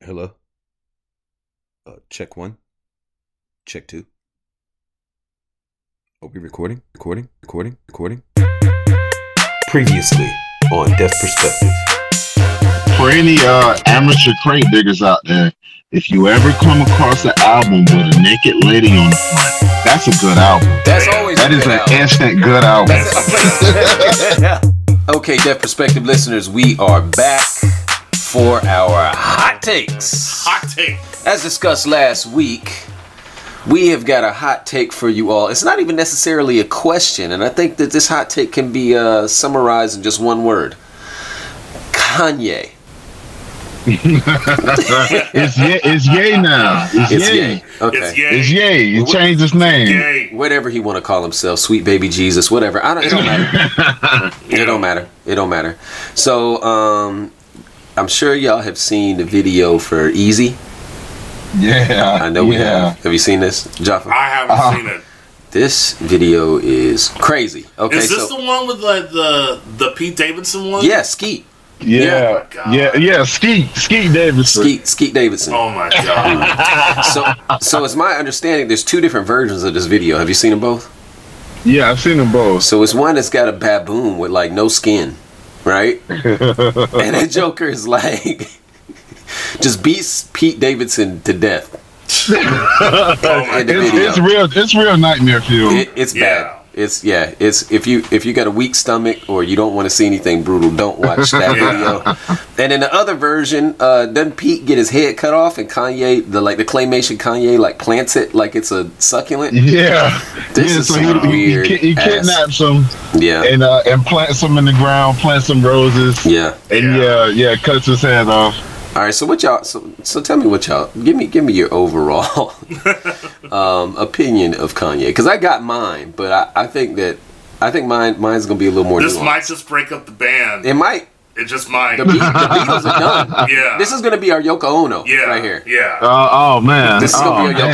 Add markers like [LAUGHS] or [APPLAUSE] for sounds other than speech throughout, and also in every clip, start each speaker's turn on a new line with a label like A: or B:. A: hello? Uh, check one. Check two. Are we recording? Recording? Recording? Recording? Previously on Deaf Perspective.
B: for any uh, amateur crate diggers out there, if you ever come across an album with a naked lady on the front, that's a good album.
C: That's always
B: That
C: a
B: is
C: good
B: an
C: album.
B: instant good album.
C: That's a- okay, Deaf Perspective listeners, we are back for our hot takes.
D: hot take.
C: As discussed last week, we have got a hot take for you all. It's not even necessarily a question, and I think that this hot take can be uh, summarized in just one word Kanye.
B: [LAUGHS] it's yay, it's yay now. It's,
C: It's
B: yay.
C: yay. Okay.
D: It's yay.
B: It's yay. You
C: Well,
B: changed his name.
D: Yay.
C: whatever he want to call himself, sweet baby Jesus, whatever. I don't. It don't matter. it don't matter. It don't matter. So, um, I'm sure y'all have seen the video for Easy.
B: Yeah.
C: I know
B: yeah.
C: we have. Have you seen this, Jaffa?
D: I haven't
B: Uh-huh.
D: seen it.
C: This video is crazy. Okay,
D: Is this
C: so
D: the one with like the the Pete Davidson one?
C: yeah, Skeet,
B: Yeah.
D: Oh
B: Yeah.
D: my
B: Yeah.
D: God.
B: Skeet. Skeet Davidson.
C: Skeet, Skeet Davidson.
D: Oh
C: [LAUGHS]
D: my god.
C: So, so it's my understanding there's two different versions of this video. Have you seen them both?
B: Yeah, I've seen them both.
C: So it's one that's got a baboon with like no skin,
B: [LAUGHS]
C: right? and that Joker is like [LAUGHS] just beats Pete Davidson to death.
D: Oh my
C: And the
D: god.
B: It's,
C: video.
B: it's real. It's real nightmare fuel.
C: It, it's
D: Yeah.
C: bad. It's yeah. It's if you if you got a weak stomach or you don't want to see anything brutal, don't
B: [LAUGHS]
C: watch that
D: Yeah.
C: video. And in the other version, uh, doesn't Pete get his head cut off and Kanye the like the claymation Kanye like plants it like it's a succulent?
B: yeah.
C: This
B: yeah.
C: is
B: so
C: some
B: he, he, he,
C: weird
B: ki- he
C: ass-
B: kidnaps him
C: Yeah,
B: and uh, and plants him in the ground. Plants some roses.
C: yeah.
B: And yeah, yeah, cuts his head off.
C: All right. So what y'all? So, so tell me what y'all. Give me give me your overall [LAUGHS] um, opinion of Kanye because I got mine, but I, I think that I think mine mine's gonna be a little more.
D: This
C: nuanced.
D: might just break up the band.
C: It might.
D: It just might.
C: The, Be- the Beatles are
D: [LAUGHS]
C: done.
D: yeah.
C: This is gonna be our Yoko Ono
D: yeah.
C: right here. Uh-huh.
D: Yeah.
B: Uh, oh man,
C: This is
B: oh,
C: gonna be a Yoko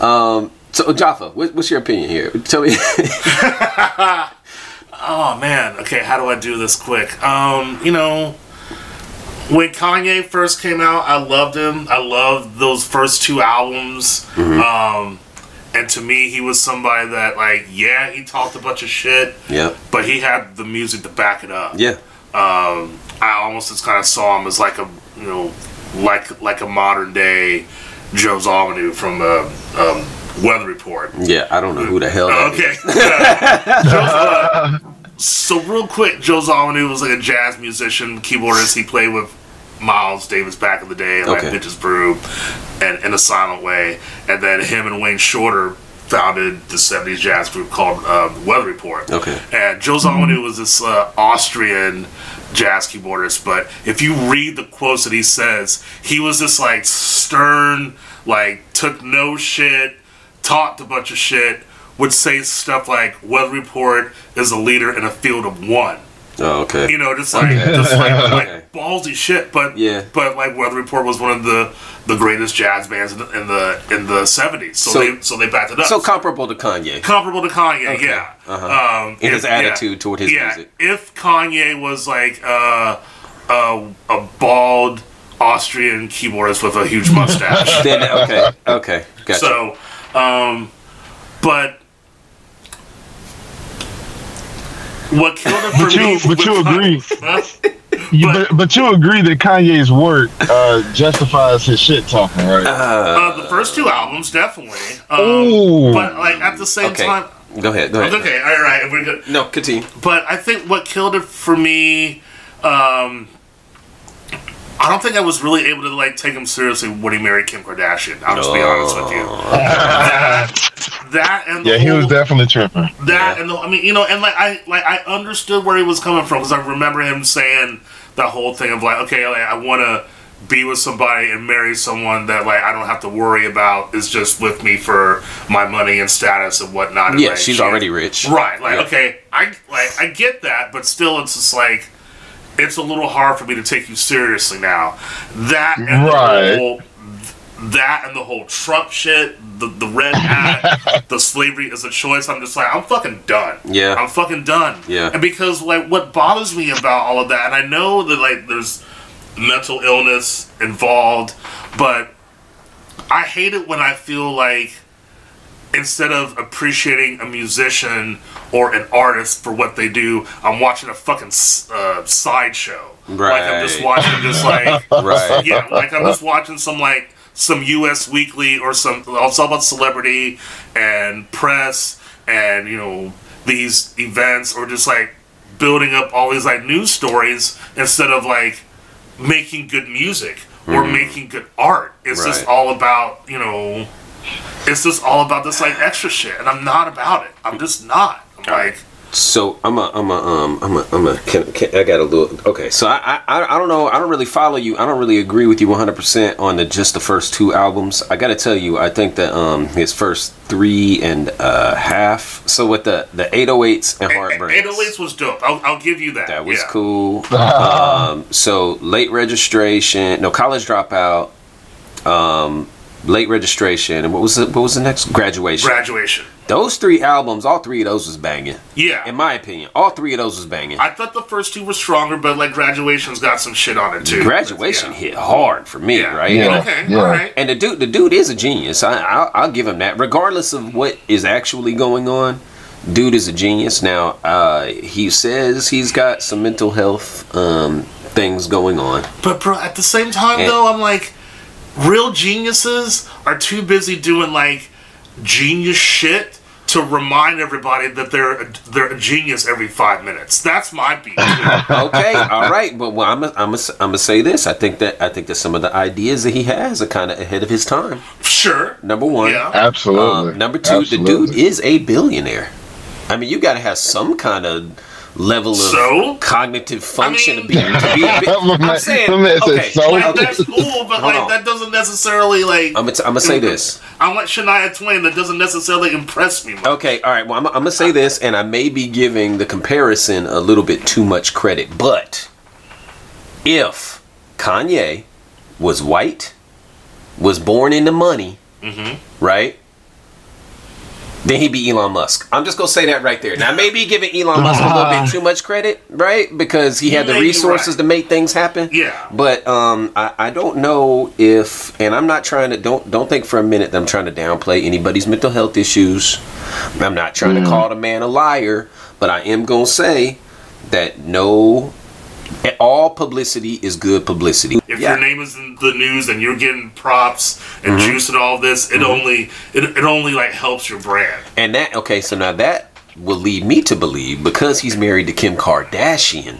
B: damn.
C: Ono. Um, so Jaffa, what, what's your opinion here? Tell me. [LAUGHS]
D: Oh man. Okay. How do I do this quick? Um. You know. When Kanye first came out, I loved him. I loved those first two albums.
C: Mm-hmm.
D: Um, and to me, he was somebody that, like, yeah, he talked a bunch of shit,
C: yeah,
D: but he had the music to back it up.
C: yeah,
D: um, I almost just kind of saw him as like a you know like like a modern day Joe Zawinul from uh, um, Weather Report. Oh,
C: yeah. I don't know who the hell. that is. [LAUGHS]
D: Okay. Joe- so real quick, Joe Zawinul was like a jazz musician, keyboardist. He played with Miles Davis back in the day, like
C: Okay.
D: Bitches Brew, and in a silent way. And then him and Wayne Shorter founded the '70s jazz group called uh, Weather Report.
C: Okay.
D: And Joe
C: Mm-hmm.
D: Zawinul was this uh, Austrian jazz keyboardist, but if you read the quotes that he says, he was this like stern, like took no shit, talked a bunch of shit, would say stuff like "Weather Report is a leader in a field of one."
C: Oh, okay.
D: You know, just like just
C: [LAUGHS]
D: like, like
C: Okay.
D: ballsy shit. But
C: Yeah.
D: but like Weather Report was one of the the greatest jazz bands in the in the, in the '70s. So,
C: So-
D: they so they backed it up.
C: So comparable to Kanye
D: comparable to Kanye, yeah. Um,
C: Uh-huh. in his
D: if-
C: attitude toward his
D: yeah,
C: music.
D: If Kanye was like uh, a, a bald Austrian keyboardist with a huge mustache.
C: Then okay, okay, [LAUGHS] gotcha.
D: so, um, but what killed it for
B: But
D: me?
B: you, but
D: with
B: you
D: Kanye- Uh,
B: agree,
D: Huh?
B: you,
D: But-
B: but, but you agree that Kanye's work uh, justifies his shit talking, right?
D: Uh, the first two albums, definitely. Um,
B: Ooh.
D: But like at the same
C: okay,
D: time,
C: go ahead. Go ahead.
D: okay, all right, we're good.
C: No, continue.
D: but I think what killed it for me, um, I don't think I was really able to like take him seriously when he married Kim Kardashian. I'll just be honest with you. that, that and the
B: yeah, he was
D: whole-
B: definitely tripping.
D: that
C: Yeah.
D: and the, I mean, you know, and like I like I understood where he was coming from because I remember him saying the whole thing of like, okay, like, I want to be with somebody and marry someone that like I don't have to worry about is just with me for my money and status and whatnot. and,
C: Yeah,
D: like,
C: she's
D: she-
C: already rich.
D: Right. Like,
C: Yeah.
D: okay, I like I get that, but still, it's just like it's a little hard for me to take you seriously now. That and
B: Right.
D: the whole that and the whole Trump shit, the the red hat, the slavery is a choice. I'm just like I'm fucking done.
C: Yeah.
D: I'm fucking done.
C: Yeah.
D: And because like what bothers me about all of that, and I know that like there's mental illness involved, but I hate it when I feel like instead of appreciating a musician or an artist for what they do, I'm watching a fucking s- uh, sideshow. Like I'm just
C: Right.
D: watching,
C: [LAUGHS]
D: just like
C: Right.
D: yeah, like I'm just watching some like some U.S. Weekly or some. It's all about celebrity and press and you know these events or just like building up all these like news stories instead of like making good music or making good art. It's just
C: Mm-hmm. Right.
D: all about you know. It's just all about this like extra shit, and I'm not about it. I'm just not. I'm like,
C: So I'm a I'm a um I'm a I'm a can, can, I got a little okay. So I, I I- I don't know. I don't really follow you. I don't really agree with you 100 percent on the just the first two albums. I got to tell you, I think that um his first three and a half. So with the the 808s and heartbreaks,
D: 808s was dope. I'll, I'll give you that.
C: that was
D: yeah.
C: cool.
D: [LAUGHS]
C: um, so late registration, no college dropout, um, late registration, and what was the, what was the next graduation?
D: Graduation.
C: those three albums, all three of those was banging.
D: Yeah.
C: In my opinion, all three of those was banging.
D: I thought the first two were stronger, but like graduation's got some shit on it too.
C: graduation
D: Yeah.
C: hit hard for me,
D: Yeah.
C: right?
B: Yeah.
D: Okay,
B: Yeah.
D: all right.
C: And the dude, the dude is a genius. I, I'll, I'll give him that. Regardless of what is actually going on, dude is a genius. Now uh, he says he's got some mental health um, things going on.
D: But bro, at the same time
C: And-
D: though, I'm like, real geniuses are too busy doing like genius shit to remind everybody that they're a, they're a genius every five minutes. That's my
C: [LAUGHS]
D: beat. too. [LAUGHS]
C: Okay, all right, but well, I'm i I'm i am I'm gonna say this. I think that I think that some of the ideas that he has are kind of ahead of his time.
D: sure.
C: Number one,
D: Yeah.
B: Absolutely.
C: Um, number two, the dude is a billionaire. I mean, you got to have some kind of level of
D: So?
C: cognitive function
D: mean-
C: to be. To
B: [LAUGHS]
C: be a bi- I'm saying, okay,
B: so [LAUGHS]
D: Like,
C: Oh, Okay.
D: That's cool, but
C: Hold
D: like
C: on. Um,
D: that doesn't necessarily like.
C: I'm gonna t- I'm gonna say this.
D: I'm like Shania Twain. That doesn't necessarily impress me. Much.
C: Okay, all right. Well, I'm, I'm gonna say this, and I may be giving the comparison a little bit too much credit, but if Kanye was white, was born into money,
D: Mm-hmm.
C: right? Then he'd be Elon Musk. I'm just gonna say that right there. Now, maybe giving Elon Musk a little bit too much credit, right? Because he had the
D: Maybe
C: resources
D: right.
C: to make things happen.
D: Yeah.
C: But um, I, I don't know if, and I'm not trying to don't don't think for a minute that I'm trying to downplay anybody's mental health issues. I'm not trying to call the man a liar, but I am gonna say that no, all publicity is good publicity.
D: If
C: Yeah. Mm-hmm.
D: your name is in the news and you're getting props and juice and all this, it only it, it only like helps your brand.
C: And that okay, so now that will lead me to believe because he's married to Kim Kardashian.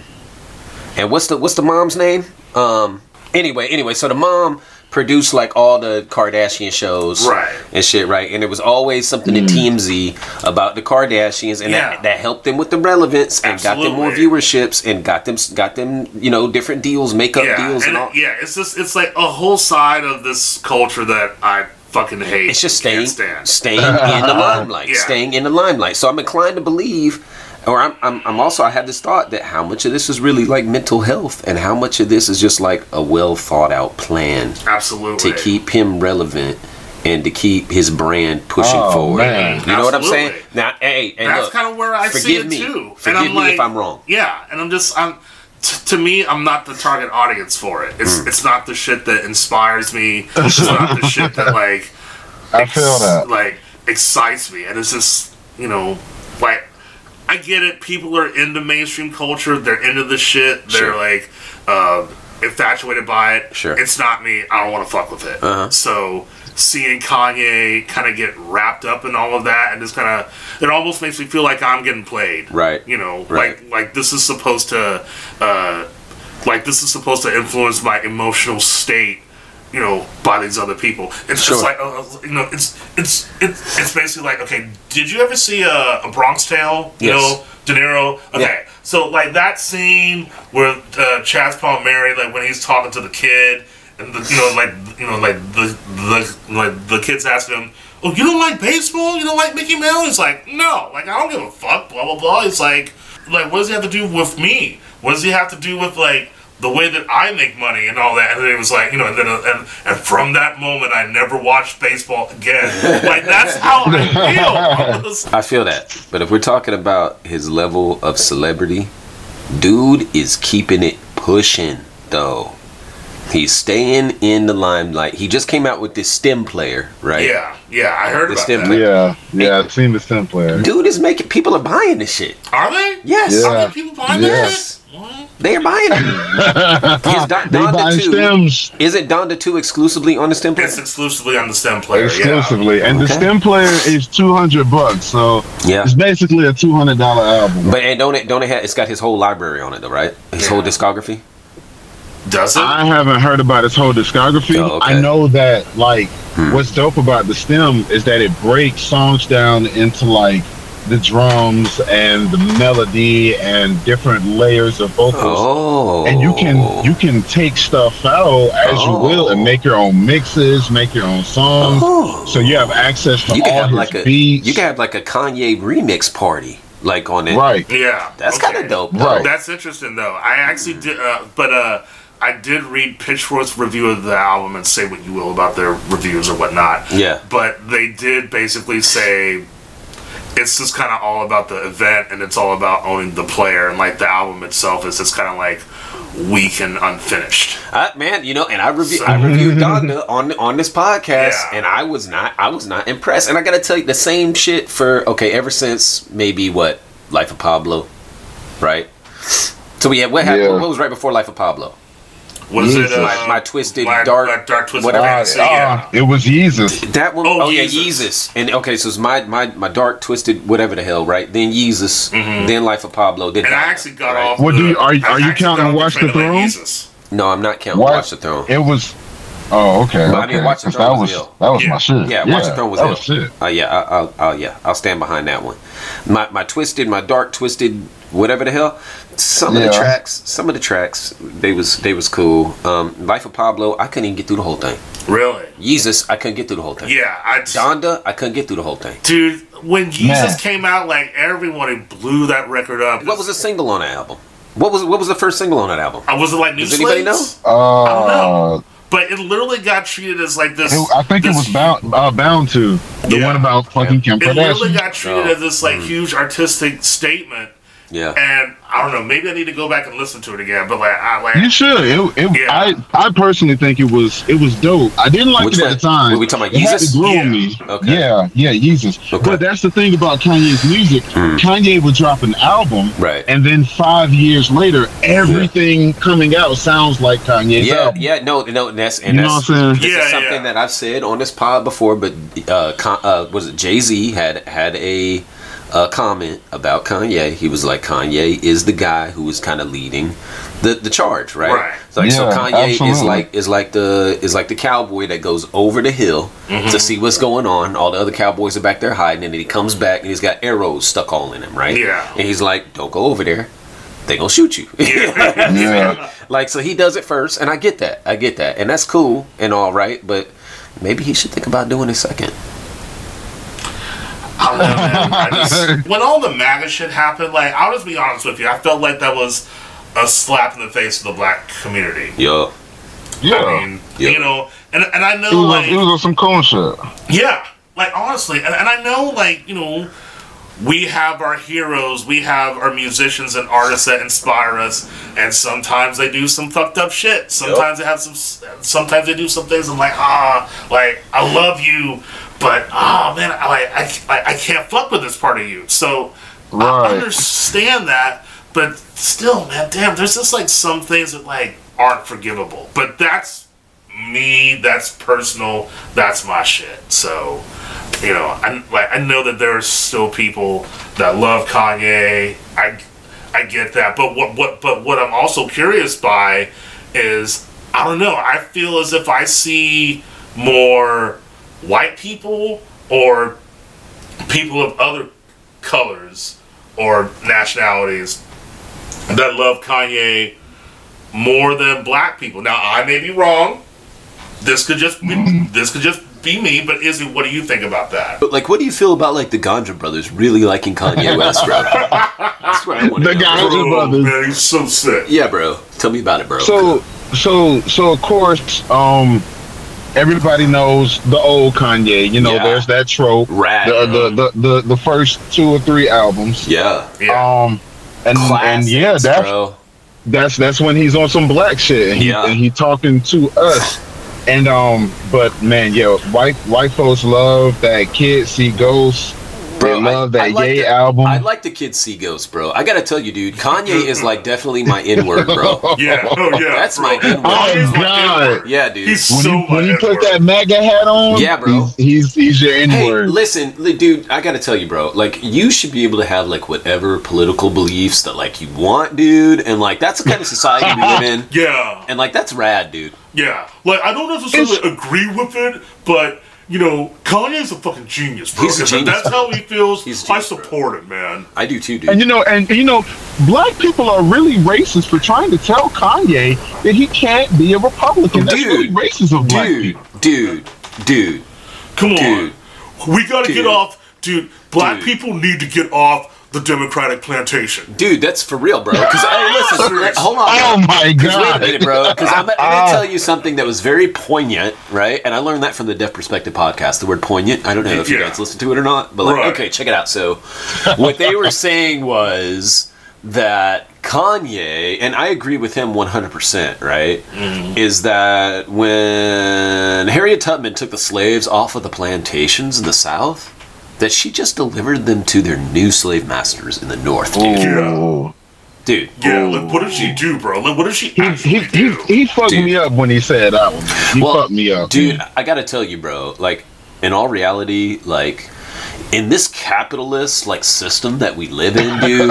C: And what's the what's the mom's name? Um anyway, anyway, so the mom produced like all the Kardashian shows
D: Right.
C: and shit, right? And there was always something in TMZ about the Kardashians and
D: Yeah.
C: that, that helped them with the relevance and got them more
D: Absolutely.
C: viewerships and got them got them, you know, different deals, makeup
D: Yeah,
C: deals and,
D: and
C: all.
D: it- yeah, it's just it's like a whole side of this culture that I fucking hate.
C: It's just
D: and
C: staying,
D: can't stand.
C: staying
B: [LAUGHS]
C: in the limelight,
D: Yeah.
C: staying in the limelight. So I'm inclined to believe, or I'm, I'm, I'm also I had this thought that how much of this is really like mental health, and how much of this is just like a well thought out plan
D: Absolutely.
C: to keep him relevant and to keep his brand pushing
B: Oh,
C: forward.
B: man.
C: You know what I'm saying?
D: Absolutely.
C: Now, hey, and
D: That's
C: look,
D: kind of where I see
C: forgive
D: it
C: me.
D: too.
C: Forgive me if I'm wrong.
D: Yeah, and I'm just I'm t- to me I'm not the target audience for it.
C: Mm.
D: It's it's not the shit that inspires me. It's not the
C: [LAUGHS]
D: shit that like
B: I feel that.
D: like excites me and it's just you know like i get it people are into mainstream culture they're into the shit they're
C: Sure.
D: like uh, infatuated by it
C: Sure.
D: it's not me i don't want to fuck with it
C: Uh-huh.
D: so seeing kanye kind of get wrapped up in all of that and just kind of it almost makes me feel like i'm getting played
C: Right.
D: you know
C: Right.
D: like like this is supposed to uh like this is supposed to influence my emotional state you know by these other people it's
C: Sure.
D: just like uh, uh, you know it's it's it's it's basically like okay did you ever see a, a bronx tale you
C: Yes.
D: know de niro okay so like that scene where uh, chaz palmeri like when he's talking to the kid and the, you know like you know like the the like the kids asking him oh you don't like baseball you don't like mickey mouse he's like no like i don't give a fuck blah blah blah he's like like what does he have to do with me? What does he have to do with like the way that I make money and all that? And then it was like, you know, and then uh, and, and from that moment, I never watched baseball again. like that's how I feel. I'm just-
C: I feel that. But if we're talking about his level of celebrity, dude is keeping it pushing though. He's staying in the limelight. He just came out with this stem player, right?
D: Yeah, yeah, I heard
C: The
D: about
C: stem
D: that.
C: player.
B: Yeah, yeah, I've seen the stem
C: [LAUGHS]
B: player.
C: Dude is making people are buying this shit.
D: Are they?
C: Yes.
B: Yeah.
D: Are there people buying
C: Yes.
D: this? shit? What?
C: They are buying it. Is Don-
B: they
C: Donda
B: buy
C: too?
B: stems
C: Isn't Donda 2 exclusively on the stem player?
D: It's exclusively on the stem player. Yeah.
B: exclusively, and the
C: Okay.
B: stem player is two hundred bucks, so
C: Yeah.
B: it's basically a two hundred dollar album.
C: But and don't it don't it have it's got his whole library on it though, right? His whole discography?
D: Does it?
B: I haven't heard about his whole discography.
C: Oh, okay. Hmm.
B: I know that like what's dope about the stem is that it breaks songs down into like the drums and the melody and different layers of vocals.
C: Oh.
B: and you can you can take stuff out as
C: Oh.
B: you will and make your own mixes, make your own songs.
C: Oh.
B: So you have access to
C: you can
B: all
C: have
B: his
C: like a
B: beats.
C: you can have like a Kanye remix party like on it.
B: right.
D: Yeah.
C: That's
D: okay.
C: kind of dope. Though.
B: Right.
D: That's interesting though. I actually did, uh, but uh, I did read Pitchfork's review of the album and say what you will about their reviews or whatnot.
C: Yeah.
D: But they did basically say it's just kind of all about the event and it's all about owning the player and like the album itself is just kind of like weak and unfinished.
C: I, man, you know, and I review
B: [LAUGHS]
C: I reviewed Donda on on this podcast,
D: Yeah.
C: and I was not I was not impressed. And I gotta tell you, the same shit for okay, ever since maybe what Life of Pablo, right? So we had what happened?
B: Yeah.
C: What was right before Life of Pablo?
D: Was it
B: Jesus.
D: uh,
C: My- my twisted,
D: my-
C: dark-
D: my dark twisted
C: whatever.
B: Ah,
D: fantasy? yeah.
B: ah, it was Jesus.
C: That one
D: Oh,
C: oh yeah,
D: Yeezus.
C: Yeezus. And okay, so it's my my my dark twisted whatever the hell, right? Then Yeezus, then Life of Pablo. Then
D: Mm-hmm. And I
C: Donda,
D: actually got
C: right?
D: off.
B: What
D: the-
B: do you- are-
D: I
B: are you
D: actually
B: counting
D: got off
B: Watch the
D: Train of
B: Throne?
D: Jesus.
C: No, I'm not counting
B: What?
C: Watch the Throne.
B: It was. Oh, okay.
C: But I
B: okay.
C: mean, Watch the
B: 'cause
C: Throne
B: that
C: was
B: was
C: ill.
B: that was
D: Yeah.
B: my shit.
C: Yeah, Watch the Throne was
B: that
C: ill.
B: was shit.
C: Uh, yeah, I, I'll, I'll yeah, I'll stand behind that one. My my twisted, my dark twisted, whatever the hell. Some of the
B: Yeah.
C: tracks, some of the tracks, they was they was cool. Um, Life of Pablo, I couldn't even get through the whole thing.
D: Really?
C: Jesus, I couldn't get through the whole thing.
D: Yeah, I just,
C: Donda, I couldn't get through the whole thing.
D: dude. When Jesus
B: Man.
D: came out, like everyone it blew that record up.
C: What was the single on that album? What was what was the first single on that album?
D: I was it like New
C: Does anybody
D: Slaves?
B: Uh,
D: don't know. But it literally got treated as like this.
B: it- I think it
D: this-
B: was bound uh, bound to the
D: Yeah.
B: one about fucking Kim
D: It literally
B: Kardashian.
D: got treated
C: No.
D: as this like huge artistic statement,
C: Yeah,
D: and I don't know. Maybe I need to go back and listen to it again. But like, I like.
B: you should. It, it,
D: Yeah.
B: I I personally think it was it was dope. I didn't like
C: Which
B: it at
C: one?
B: the time.
C: Were we talking about
B: It had to
C: Yeezus?
B: grow on
D: Yeah.
B: me.
C: Okay.
B: Yeah, yeah, Yeezus.
C: Okay. Hmm.
B: But that's the thing about Kanye's music. Kanye would drop an album,
C: Right.
B: and then five years later, everything coming out sounds like Kanye's
C: yeah,
B: album.
C: yeah. No, no, and that's
B: You
C: and
B: know
C: that's.
B: what I'm saying?
C: This
D: Yeah,
C: is something
D: yeah.
C: that I've said on this pod before, but uh, Con- uh, was it Jay Z had had a, uh comment about Kanye? He was like, Kanye is the guy who is kind of leading the, the charge, right?
D: Right.
C: It's like so,
B: Yeah,
C: Kanye is
B: absolutely.
C: like is like the is like the cowboy that goes over the hill
D: Mm-hmm.
C: to see what's going on. All the other cowboys are back there hiding, and then he comes back and he's got arrows stuck all in him, right?
D: Yeah.
C: and he's like, don't go over there. They gonna shoot you. [LAUGHS]
D: [LAUGHS]
B: Yeah.
C: Like, so he does it first, and I get that. I get that. And that's cool and all right, but maybe he should think about doing it second.
D: I don't know,
B: [LAUGHS]
D: man. I just, when all the MAGA shit happened, like I'll just be honest with you, I felt like that was a slap in the face of the black community.
C: Yo.
D: I
B: Yeah.
D: mean,
C: Yeah.
D: you know, and and I know
B: It was,
D: like
B: it was some cool shit.
D: Yeah, like honestly, and, and I know, like you know, we have our heroes, we have our musicians and artists that inspire us, and sometimes they do some fucked up shit. Sometimes they have some, s- sometimes they do some things. I'm like, ah, like I love you, but ah, man, I like I, c- I, I can't fuck with this part of you. So I
B: Right.
D: understand that, but still, man, damn, there's just like some things that like aren't forgivable. But that's me. That's personal. That's my shit. So, you know, I like I know that there are still people that love Kanye. I I get that, but what what but what I'm also curious by is I don't know. I feel as if I see more white people or people of other colors or nationalities that love Kanye more than black people. Now I may be wrong. This could just be,
B: Mm.
D: this could just be me, but Izzy, what do you think about that?
C: But, like, what do you feel about, like, the Ganja brothers really liking Kanye West, bro? [LAUGHS] That's what I want
B: The
C: to know.
B: Ganja-
C: bro.
B: Bro, brothers.
D: Oh, man, he's so sick.
C: Yeah, bro. Tell me about it, bro.
B: So, so, so of course, um, everybody knows the old Kanye. You know,
C: Yeah.
B: there's that trope.
C: Rad.
B: The, the, the, the, the first two or three albums.
C: yeah.
D: Yeah.
B: Um, and, and yeah,
C: Classics,
B: that's
C: bro.
B: that's that's when he's on some black shit. And he,
C: Yeah.
B: and he talking to us. And um, but man, yo, white white folks love that kids see ghosts.
C: Bro,
B: they
C: I-
B: love
C: I
B: that
C: like
B: gay
C: the-
B: album.
C: I like the kids see ghosts, bro. I gotta tell you, dude, Kanye is like definitely my N
B: [LAUGHS]
C: word, bro. [LAUGHS]
D: Yeah, oh yeah.
C: That's
D: bro.
C: my N-word.
D: Kanye is my
B: Oh, God.
D: N-word.
C: Yeah, dude.
D: He's
B: when
D: so
B: you, when
D: my
B: you put
D: N-word.
B: that MAGA hat on,
C: Yeah, bro.
B: he's he's, he's your N
C: Hey,
B: word.
C: listen, li- dude, I gotta tell you, bro. Like, you should be able to have like whatever political beliefs that like you want, dude. And like, that's the kind of society we live in.
D: Yeah,
C: And like, that's rad, dude.
D: yeah. Like I don't necessarily agree with it, but you know, Kanye's a fucking genius, bro.
C: He's a
D: If
C: genius.
D: That's how he feels.
C: He's a
D: I
C: genius, bro.
D: support it, man.
C: I do too,
B: And
C: dude.
B: you know, and you know, black people are really racist for trying to tell Kanye that he can't be a Republican. That's
C: Dude.
B: really racist of black
C: Dude,
B: people.
C: dude, dude.
D: Come on,
C: Dude.
D: we gotta
C: Dude.
D: get off, dude. Black
C: Dude.
D: people need to get off the Democratic plantation.
C: Dude, that's for real, bro. Because hey, listen,
B: [LAUGHS]
C: let- hold on.
B: Oh
C: bro.
B: my
C: 'Cause Wait a
B: god!
C: minute, bro. Because I'm, I'm
B: [LAUGHS]
C: gonna tell you something that was very poignant, right? And I learned that from the Deaf Perspective podcast. The word poignant. I don't know if you
D: Yeah.
C: guys listen to it or not, but like,
D: Right.
C: okay, check it out. So, what
B: [LAUGHS]
C: they were saying was that Kanye, and I agree with him 100%, right?
D: Mm-hmm.
C: Is that when Harriet Tubman took the slaves off of the plantations in the South, that she just delivered them to their new slave masters in the North, dude.
B: Ooh.
C: Dude.
D: Yeah, like what did she do, bro? Like what did she
B: He, he,
D: actually
B: he,
D: do?
B: he fucked
C: Dude.
B: me up when he said that one. man. He
C: Well,
B: fucked me up,
C: dude i gotta tell you bro like in all reality like in this capitalist like system that we live
B: [LAUGHS]
C: in dude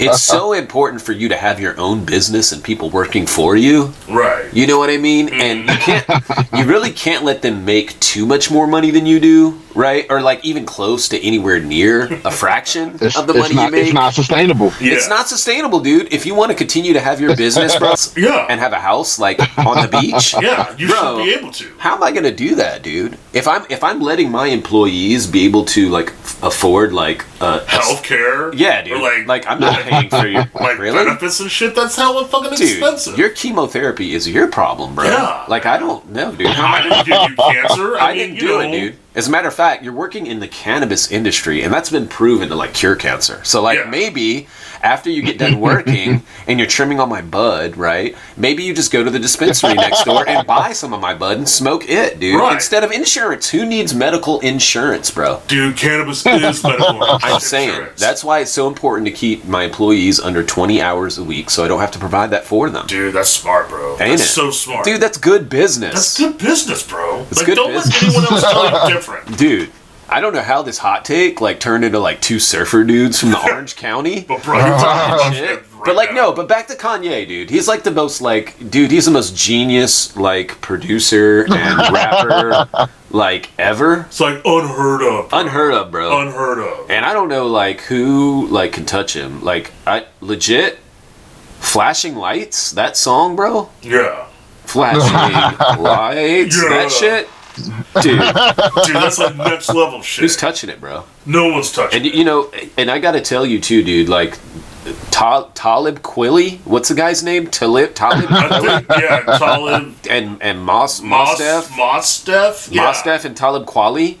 C: it's so important for you to have your own business and people working for you
D: right.
C: you know what i mean and you can't you really can't let them make too much more money than you do right or like even close to anywhere near a fraction
B: [LAUGHS] It's,
C: of the
B: it's
C: money
B: not,
C: you make
B: it's not sustainable. [LAUGHS]
D: Yeah.
C: it's not sustainable, dude. If you want to continue to
D: [LAUGHS]
C: have your business, bro,
D: Yeah.
C: and have a house like on the beach,
D: Yeah, you
C: Bro.
D: should be able to.
C: how am I gonna do that, dude? If I'm if I'm letting my employees be able to like f- afford like uh,
D: Healthcare.
C: yeah, dude,
D: Or
C: like,
D: like
C: I'm
D: [LAUGHS]
C: not paying for your
D: like
C: really,
D: benefits and shit. That's how fucking
C: dude.
D: expensive.
C: Your chemotherapy is your problem, bro.
D: Yeah.
C: Like I don't know, dude. How am
D: [LAUGHS] I
C: I?
D: didn't
C: [LAUGHS]
D: give you cancer. I,
C: I
D: mean,
C: didn't
D: you
C: do
D: know,
C: it, dude. As a matter of fact, you're working in the cannabis industry, and that's been proven to like cure cancer. So, like,
D: Yeah.
C: maybe after you get done working and you're trimming all my bud, right? Maybe you just go to the dispensary next door and buy some of my bud and smoke it, dude.
D: Right.
C: Instead of insurance, who needs medical insurance, bro?
D: Dude,
C: [LAUGHS]
D: cannabis is medical.
C: I'm saying that's why it's so important to keep my employees under 20 hours a week, so I don't have to provide that for them,
D: dude. That's smart, bro.
C: Ain't
D: that's
C: it?
D: so smart,
C: dude. That's good business,
D: That's good business, bro. like,
C: good
D: don't
C: business.
D: let anyone else
C: [LAUGHS]
D: tell you different.
C: dude. I don't know how this hot take like turned into like two surfer dudes from the Orange County.
D: But bro, you're talking shit. Right
C: But like
D: now.
C: no, but back to Kanye, dude. He's like the most like dude. He's the most genius like producer and rapper like ever.
D: it's like unheard of.
C: Unheard of, bro.
D: unheard of.
C: and I don't know like who like can touch him. Like I legit, flashing lights. That song, bro.
D: Yeah,
C: Flashing lights.
D: Yeah.
C: That shit, dude.
D: dude, that's like next level shit.
C: Who's touching it, bro?
D: no one's touching.
C: And you know, and I got to tell you too, dude. Like Ta- Talib Kweli, what's the guy's name? Talib Talib
D: [LAUGHS] I think, yeah, Talib
C: and and Mos
D: Mos
C: Mostef
D: Mostef, yeah.
C: Mostef and Talib Kweli.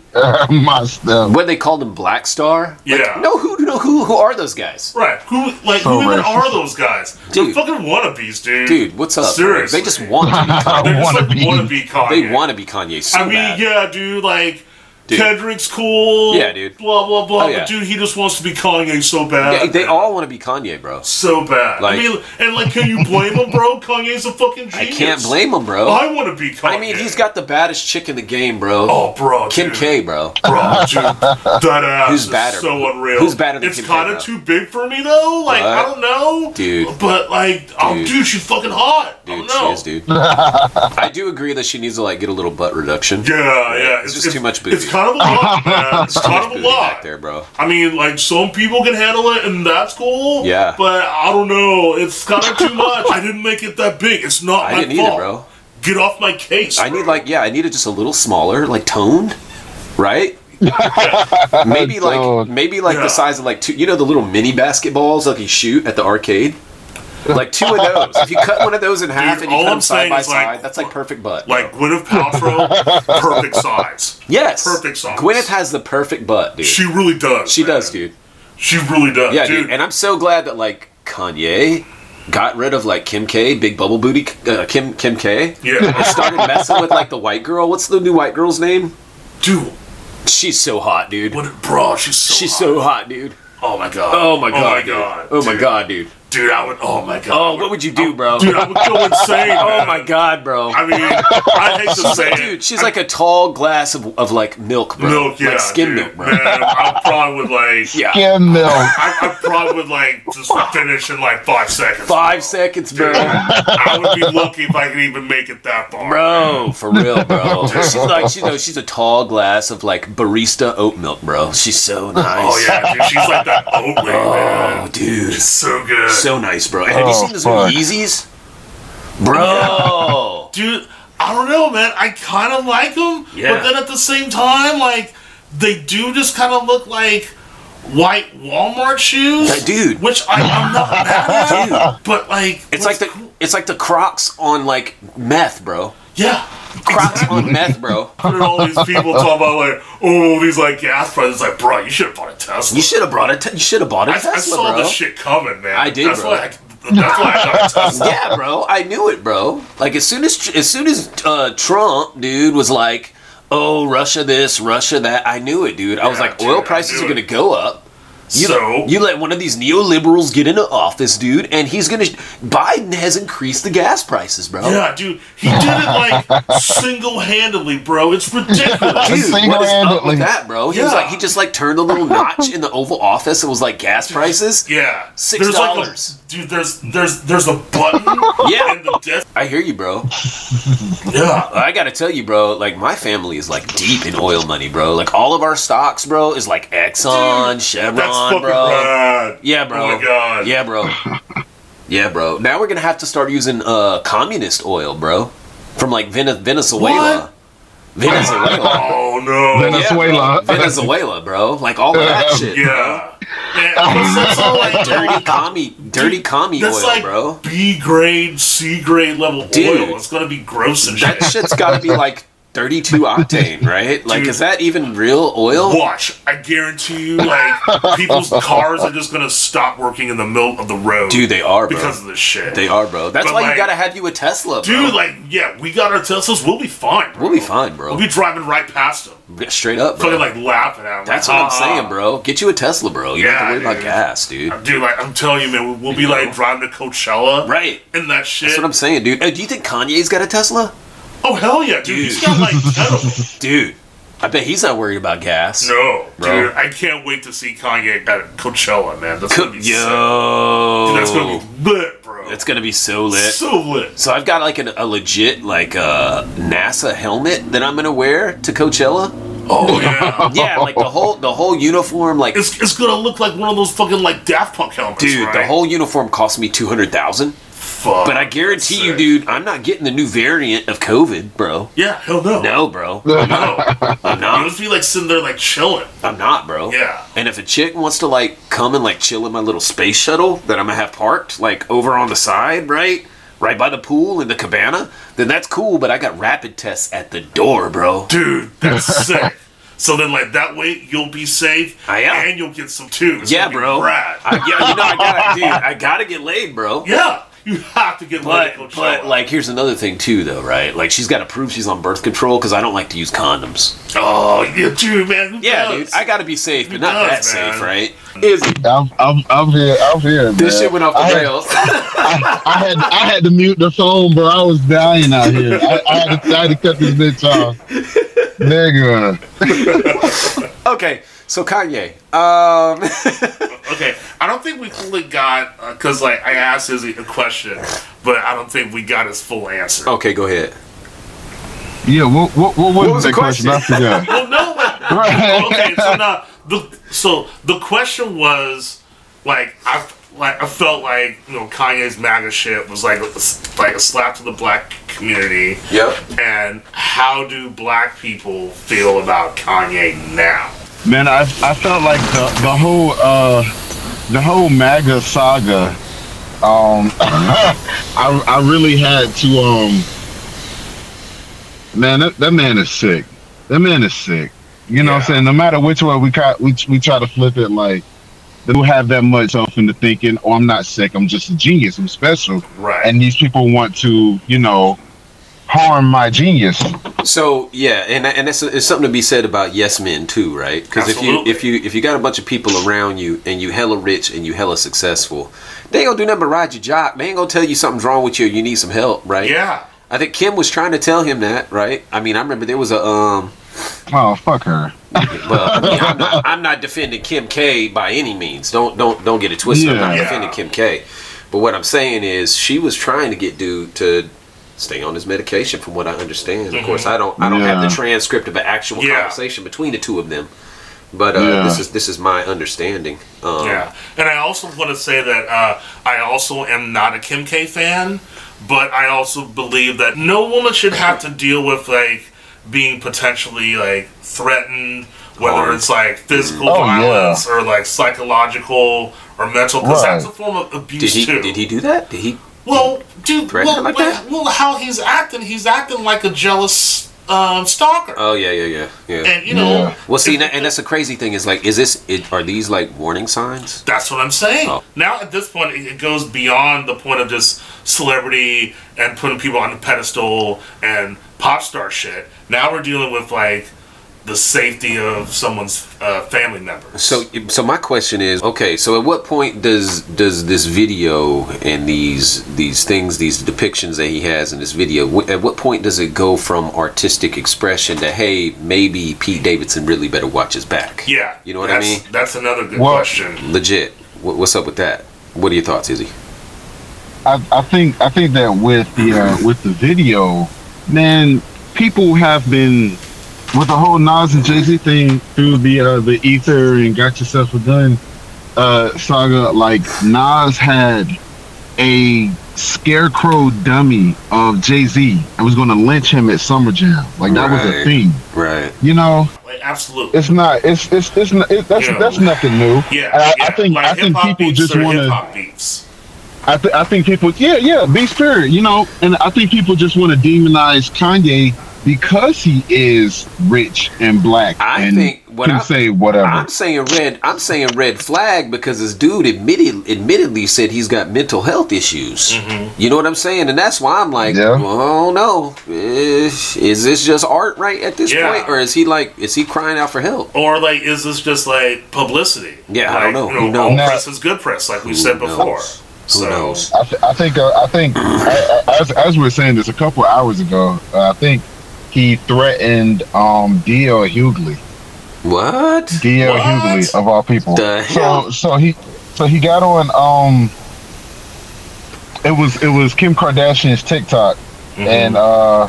B: My stuff.
C: What they called him, Black Star. Like,
D: Yeah.
C: No, who no who who are those guys?
D: Oh, Right? Who like
B: So
D: who
B: racist.
D: even are those guys?
C: Dude.
D: They're fucking wannabes, dude.
C: Dude, what's up? bro?
D: Seriously,
C: They just want to be
B: I
D: They're
C: Kanye.
D: just
B: wanna
D: like
B: be.
D: wannabe Kanye.
C: they want to be Kanye so
D: I mean,
C: bad.
D: yeah, dude, like
C: Dude.
D: Kendrick's cool.
C: Yeah, dude.
D: Blah blah blah.
C: Oh, yeah.
D: But dude, he just wants to be Kanye so
C: Yeah,
D: bad.
C: they
D: man.
C: all want to be Kanye, bro.
D: so bad.
C: Like-
D: I mean, and like, can you blame him, bro? Kanye's a fucking
C: I
D: genius.
C: can't blame him, bro.
D: I want to be Kanye.
C: I mean, he's got the baddest chick in the game, bro.
D: Oh, bro,
C: Kim
D: dude. Oh,
C: K, bro.
D: Bro, dude, that ass
C: Who's
D: is
C: badder?
D: so unreal.
C: Who's badder than
D: It's
C: Kim K,
D: kind
C: bro?
D: of too big for me though. Like I
C: What?
D: don't know,
C: Dude.
D: But like, oh,
C: Dude.
D: dude, she's fucking hot. I don't
C: Dude, she
D: know.
C: is, dude. I do agree that she needs to like get a little butt reduction.
D: Yeah, yeah.
C: It's just too much booty.
D: It's kind of a
C: [LAUGHS]
D: lot, man. It's
C: Too much
D: kind of a
C: booty
D: lot.
C: back there, bro.
D: I mean, like some people can handle it, and that's cool.
C: Yeah.
D: But I don't know. It's kind of too much. I didn't make it that big. It's not
C: I
D: my
C: didn't
D: fault.
C: either, bro.
D: Get off my case.
C: I
D: bro.
C: need like yeah, I need it just a little smaller, like toned, right? maybe like
B: Toned.
C: maybe like
D: Yeah.
C: the size of like two. You know the little mini basketballs like you shoot at the arcade. Like two of those. If you cut one of those in half
D: Dude,
C: and you
D: all
C: cut
D: I'm
C: them side
D: saying
C: by
D: is, like,
C: side, that's like perfect butt. bro.
D: like
C: [LAUGHS]
D: Gwyneth Paltrow, perfect size.
C: yes,
D: perfect size.
C: Gwyneth has the perfect butt, dude. She,
D: She really does. man.
C: does, dude.
D: She really does.
C: Yeah, dude.
D: dude.
C: And I'm so glad that like Kanye got rid of like Kim K, Big Bubble Booty, uh, Kim Kim K,
D: Yeah.
C: [LAUGHS] and started messing with like the white girl. What's the new white girl's name?
D: Dude,
C: She's so hot, dude.
D: what a bro, she's so
C: She's
D: hot.
C: so hot, dude.
D: Oh my god.
C: Oh my god,
D: Oh my
C: dude.
D: god.
C: Oh my
D: Dude.
C: god, dude.
D: Dude, I would oh my god.
C: Oh, what would you do, bro?
D: Dude, I would [LAUGHS] go insane.
C: [LAUGHS] Oh
D: man.
C: my god, bro.
D: I mean, I hate to say it.
C: Dude, she's like a tall glass of, of like milk, bro.
D: milk, yeah,
C: like skim
D: dude.
C: milk, bro.
D: Man, I probably would like.
C: Yeah.
B: Skim milk.
D: I, I probably would like just finish in like five seconds.
C: Five seconds,
D: Dude,
C: bro.
D: I would be lucky if I could even make it that far.
C: Bro, for real, bro. She's like, you know, she's a tall glass of like barista oat milk, bro. She's so nice.
D: Oh yeah, dude, she's like that oatly, man.
C: Oh, dude.
D: She's so good.
C: So nice, bro. And have
B: Oh,
C: you seen this new
B: fuck.
C: Yeezys? Bro.
D: dude, I don't know, man. I kind of like them,
C: Yeah.
D: but then at the same time, like they do just kind of look like white Walmart shoes,
C: Like, dude.
D: Which I, I'm not mad at,
C: Dude.
D: but like
C: [LAUGHS] It's like the it's like the Crocs on like meth, bro.
D: yeah.
C: Crocs on meth, bro.
D: And all these people talking about like, oh, these like gas prices. It's Like, bro, you should have bought a Tesla.
C: You should have brought a te- you should have bought a
D: I, I
C: Tesla,
D: saw
C: bro.
D: this shit coming, man.
C: I did,
D: That's
C: bro.
D: why. I, that's why I
C: [LAUGHS]
D: got a Tesla.
C: yeah, bro. I knew it, bro. Like as soon as as soon as uh, Trump, dude, was like, "Oh, Russia this, Russia that," I knew it, dude. I was
D: Yeah,
C: like, "Oil
D: dude, I
C: prices
D: knew
C: are
D: it.
C: gonna go up." You
D: So?
C: let, you let one of these neoliberals get into office, dude, and he's gonna. Biden has increased the gas prices, bro.
D: Yeah, dude, he did
C: [LAUGHS]
D: it like single-handedly, bro. It's ridiculous.
C: Dude, what is up
B: Single-handedly.
C: with that, bro? He was
D: Yeah.
C: like, he just like turned a
D: [LAUGHS]
C: little notch in the Oval Office. It was like gas prices.
D: Yeah,
C: Six
D: There's like a-
C: dollars.
D: dude, there's there's there's a
C: [LAUGHS]
D: button
C: Yeah.
D: in the desk.
C: I hear you, bro.
D: Yeah,
C: I gotta tell you, bro. Like my family is like deep in oil money, bro. Like all of our stocks, bro, is like Exxon, Chevron,
D: that's fucking
C: bro.
D: rad.
C: Yeah, bro.
D: Oh my god.
C: Yeah, bro. yeah, bro. Now we're gonna have to start using uh communist oil, bro, from like Vene- Venezuela.
D: [LAUGHS]
C: Venezuela.
D: Oh no.
B: Vene- Venezuela.
C: Yeah, bro. Venezuela, bro. Like all of that shit. [LAUGHS]
D: [LAUGHS] Yeah. Yeah, that's- that's all [LAUGHS] like
C: Dirty commie, dirty commie
D: That's
C: oil,
D: like
C: bro.
D: B grade, C grade level
C: Dude.
D: oil. It's gonna be gross and
C: That
D: shit.
C: shit's gotta
D: [LAUGHS]
C: be like 32 octane, right? Like,
D: Dude.
C: is that even real oil?
D: Watch, I guarantee you, like
C: [LAUGHS]
D: people's cars are just gonna stop working in the middle of the road,
C: Dude, they are, bro.
D: because of this shit.
C: They are, bro. That's
D: But,
C: why you
D: like,
C: gotta have you a Tesla, bro.
D: Dude, like, yeah, we got our Teslas. We'll be fine. Bro.
C: we'll be fine, bro.
D: We'll be driving right past them.
C: Straight up, bro.
D: Fucking like laughing at them.
C: That's
D: like, "Ah,
C: what I'm
D: "Ha, ha."
C: saying, bro. Get you a Tesla, bro. You don't have to
D: Yeah,
C: worry about
D: dude.
C: gas, dude.
D: Dude, like I'm telling you, man, we'll be like driving to Coachella,
C: Right.
D: And that shit.
C: That's what I'm saying, dude. Uh, do you think Kanye's got a Tesla?
D: oh hell yeah, dude! He's got like ten
C: [LAUGHS]
D: of them.
C: Dude, I bet he's not worried about gas.
D: No,
C: Bro.
D: dude, I can't wait to see Kanye at Coachella, man. That's
C: Co-
D: gonna be sick.
C: Yo,
D: Dude, that's gonna be lit, bro.
C: That's gonna be so lit.
D: so lit.
C: So I've got like an, a legit like uh, NASA helmet that I'm gonna wear to Coachella.
D: Oh yeah,
C: Yeah, like the
D: [LAUGHS]
C: whole the whole uniform, like
D: it's, it's gonna look like one of those fucking like Daft Punk helmets,
C: dude,
D: right?
C: the whole uniform cost me two hundred thousand.
D: Fuck,
C: But I guarantee
D: that's
C: you,
D: sick.
C: dude, I'm not getting the new variant of COVID, bro.
D: Yeah, hell no,
C: No, bro. [LAUGHS]
D: no.
C: I'm
D: I'll
C: not.
D: just be like sitting there like chilling.
C: I'm not, bro.
D: Yeah.
C: And if a chick wants to like come and like chill in my little space shuttle that I'm gonna have parked like over on the side, right, right by the pool in the cabana, then that's cool. But I got rapid tests at the door, bro.
D: Dude, that's sick. So then, like that way, you'll be safe.
C: I am.
D: and you'll get some too. It's
C: Ah, yeah,
D: gonna be
C: bro.
D: rad.
C: I, yeah, you know I
D: [LAUGHS]
C: gotta, dude. I gotta get laid, bro.
D: yeah, you have to get
C: But
D: lit. at Coachella.
C: but like here's another thing too though right like she's got to prove she's on birth control because I don't like to use condoms.
D: oh, yeah, dude, man. who
C: Yeah,
D: does?
C: dude, I gotta be safe, but
D: Who
C: not that
D: does, man?
C: safe, right? Is
B: I'm, I'm, I'm here. I'm here.
C: this
B: man.
C: shit went off the
B: I had-
C: rails? [LAUGHS]
B: I had I had to mute the phone, bro. I was dying out here. I, I, had, to, I had to cut this bitch off. Nigga.
C: okay, so Kanye, um, [LAUGHS]
D: okay, I don't think we fully got because like I asked Izzy a question, but I don't think we got his full answer.
C: okay, go ahead.
B: Yeah, what, what, what, was the question? I [LAUGHS] forgot.
D: Well, Oh, no, but-
B: Right.
D: okay, so now the so the question was like I like I felt like you know Kanye's MAGA shit was like a, like a slap to the black community.
C: Yep.
D: And how do black people feel about Kanye now?
B: Man, I, I felt like the, the whole uh, the whole MAGA saga. Um, [LAUGHS] I, I really had to um. Man, that, that man is sick. That man is sick. You know what I'm
D: Yeah.
B: saying? No matter which way we try, we, we try to flip it, like that don't have that much self into thinking, oh, I'm not sick. I'm just a genius. I'm special.
D: Right.
B: And these people want to, you know, harm my genius.
C: So yeah, and and it's, it's something to be said about yes men too, right? Because if you
D: Absolutely.
C: if you if you got a bunch of people around you and you hella rich and you hella successful, they ain't gonna do nothing but ride your jock. They ain't gonna tell you something's wrong with you. or You need some help, right?
D: yeah.
C: I think Kim was trying to tell him that, right? I mean, I remember there was a um.
B: Oh, fuck her.
C: Well, I mean, I'm, not, I'm not defending Kim K by any means. Don't don't don't get it twisted. I'm not
D: Yeah.
C: defending Kim K, but what I'm saying is she was trying to get dude to stay on his medication, from what I understand. Of course, I don't I don't have
B: Yeah.
C: the transcript of an actual
D: Mm-hmm. Yeah.
C: conversation between the two of them, but uh,
B: Yeah.
C: this is this is my understanding. Um,
B: Oh.
D: Yeah, and I also want to say that uh, I also am not a Kim K fan, but I also believe that no woman should have to deal with like being potentially like threatened, whether
C: Harmed.
D: it's like physical
B: Oh, yeah.
D: violence or like psychological or mental, because
B: Right.
D: that's a form of abuse
C: Did he
D: too.
C: did he do that? Did he?
D: Well, dude,
C: Threaten her
D: well,
C: like
D: well,
C: that?
D: well, how he's acting, he's acting like a jealous um, stalker,
C: Oh yeah yeah yeah yeah.
D: and you know.
B: Yeah.
C: well, see, and that- and that's the crazy thing is like, is this it, are these like warning signs?
D: That's what I'm saying.
C: Oh.
D: Now at this point, it it goes beyond the point of just celebrity and putting people on a pedestal and pop star shit. Now we're dealing with like the safety of someone's uh, family members.
C: So, so my question is, okay, so at what point does does this video and these these things, these depictions that he has in this video, wh- at what point does it go from artistic expression to hey, maybe Pete Davidson really better watch his back?
D: yeah,
C: you know what I
D: that's,
C: mean.
D: That's another good
B: Well-
D: question.
C: Legit. What, what's up with that? What are your thoughts, Izzy?
B: I, I think I think that with the uh, with the video, man, people have been with the whole Nas and Jay Z thing through the uh, the ether and got yourself a gun uh, saga. Like Nas had a scarecrow dummy of Jay Z and was going to lynch him at Summer Jam. Like that was a
C: Right.
B: thing,
C: Right.
B: you know.
D: Like, absolutely.
B: It's not. It's it's it's not, it, that's
D: Yeah.
B: that's nothing new.
D: Yeah,
B: I,
D: yeah.
B: I think
D: like
B: I think
D: hip-hop
B: people
D: beefs
B: just
D: are
B: want to.
D: hip-hop beefs.
B: I, th- I think people, yeah, yeah, be spirit, you know, and I think people just want to demonize Kanye because he is rich and black
C: I
B: and
C: think what
B: can
C: I-
B: say whatever.
C: I'm saying red. I'm saying red flag because this dude admitted, admittedly said he's got mental health issues. You know what I'm saying, and that's why I'm like,
B: Mm-hmm. Yeah.
C: well, no, is, Eh, is this just art right at this
D: Yeah.
C: point, or is he like, is he crying out for help?
D: Or like, is this just like publicity?
C: Yeah, I
D: like,
C: don't know.
D: You
C: Who
D: all
B: knows?
D: press is good press, like we
C: Who
D: said before.
C: knows? Who
D: So-
C: knows?
B: I, th- I think uh, I think I, I, as, as we were saying this a couple hours ago, uh, I think he threatened um D.L. Hughley,
C: What?
B: D.L.
D: What?
B: Hughley of all people.
C: The
B: so
C: hell?
B: so he so he got on um it was it was Kim Kardashian's TikTok
D: mm-hmm.
B: and uh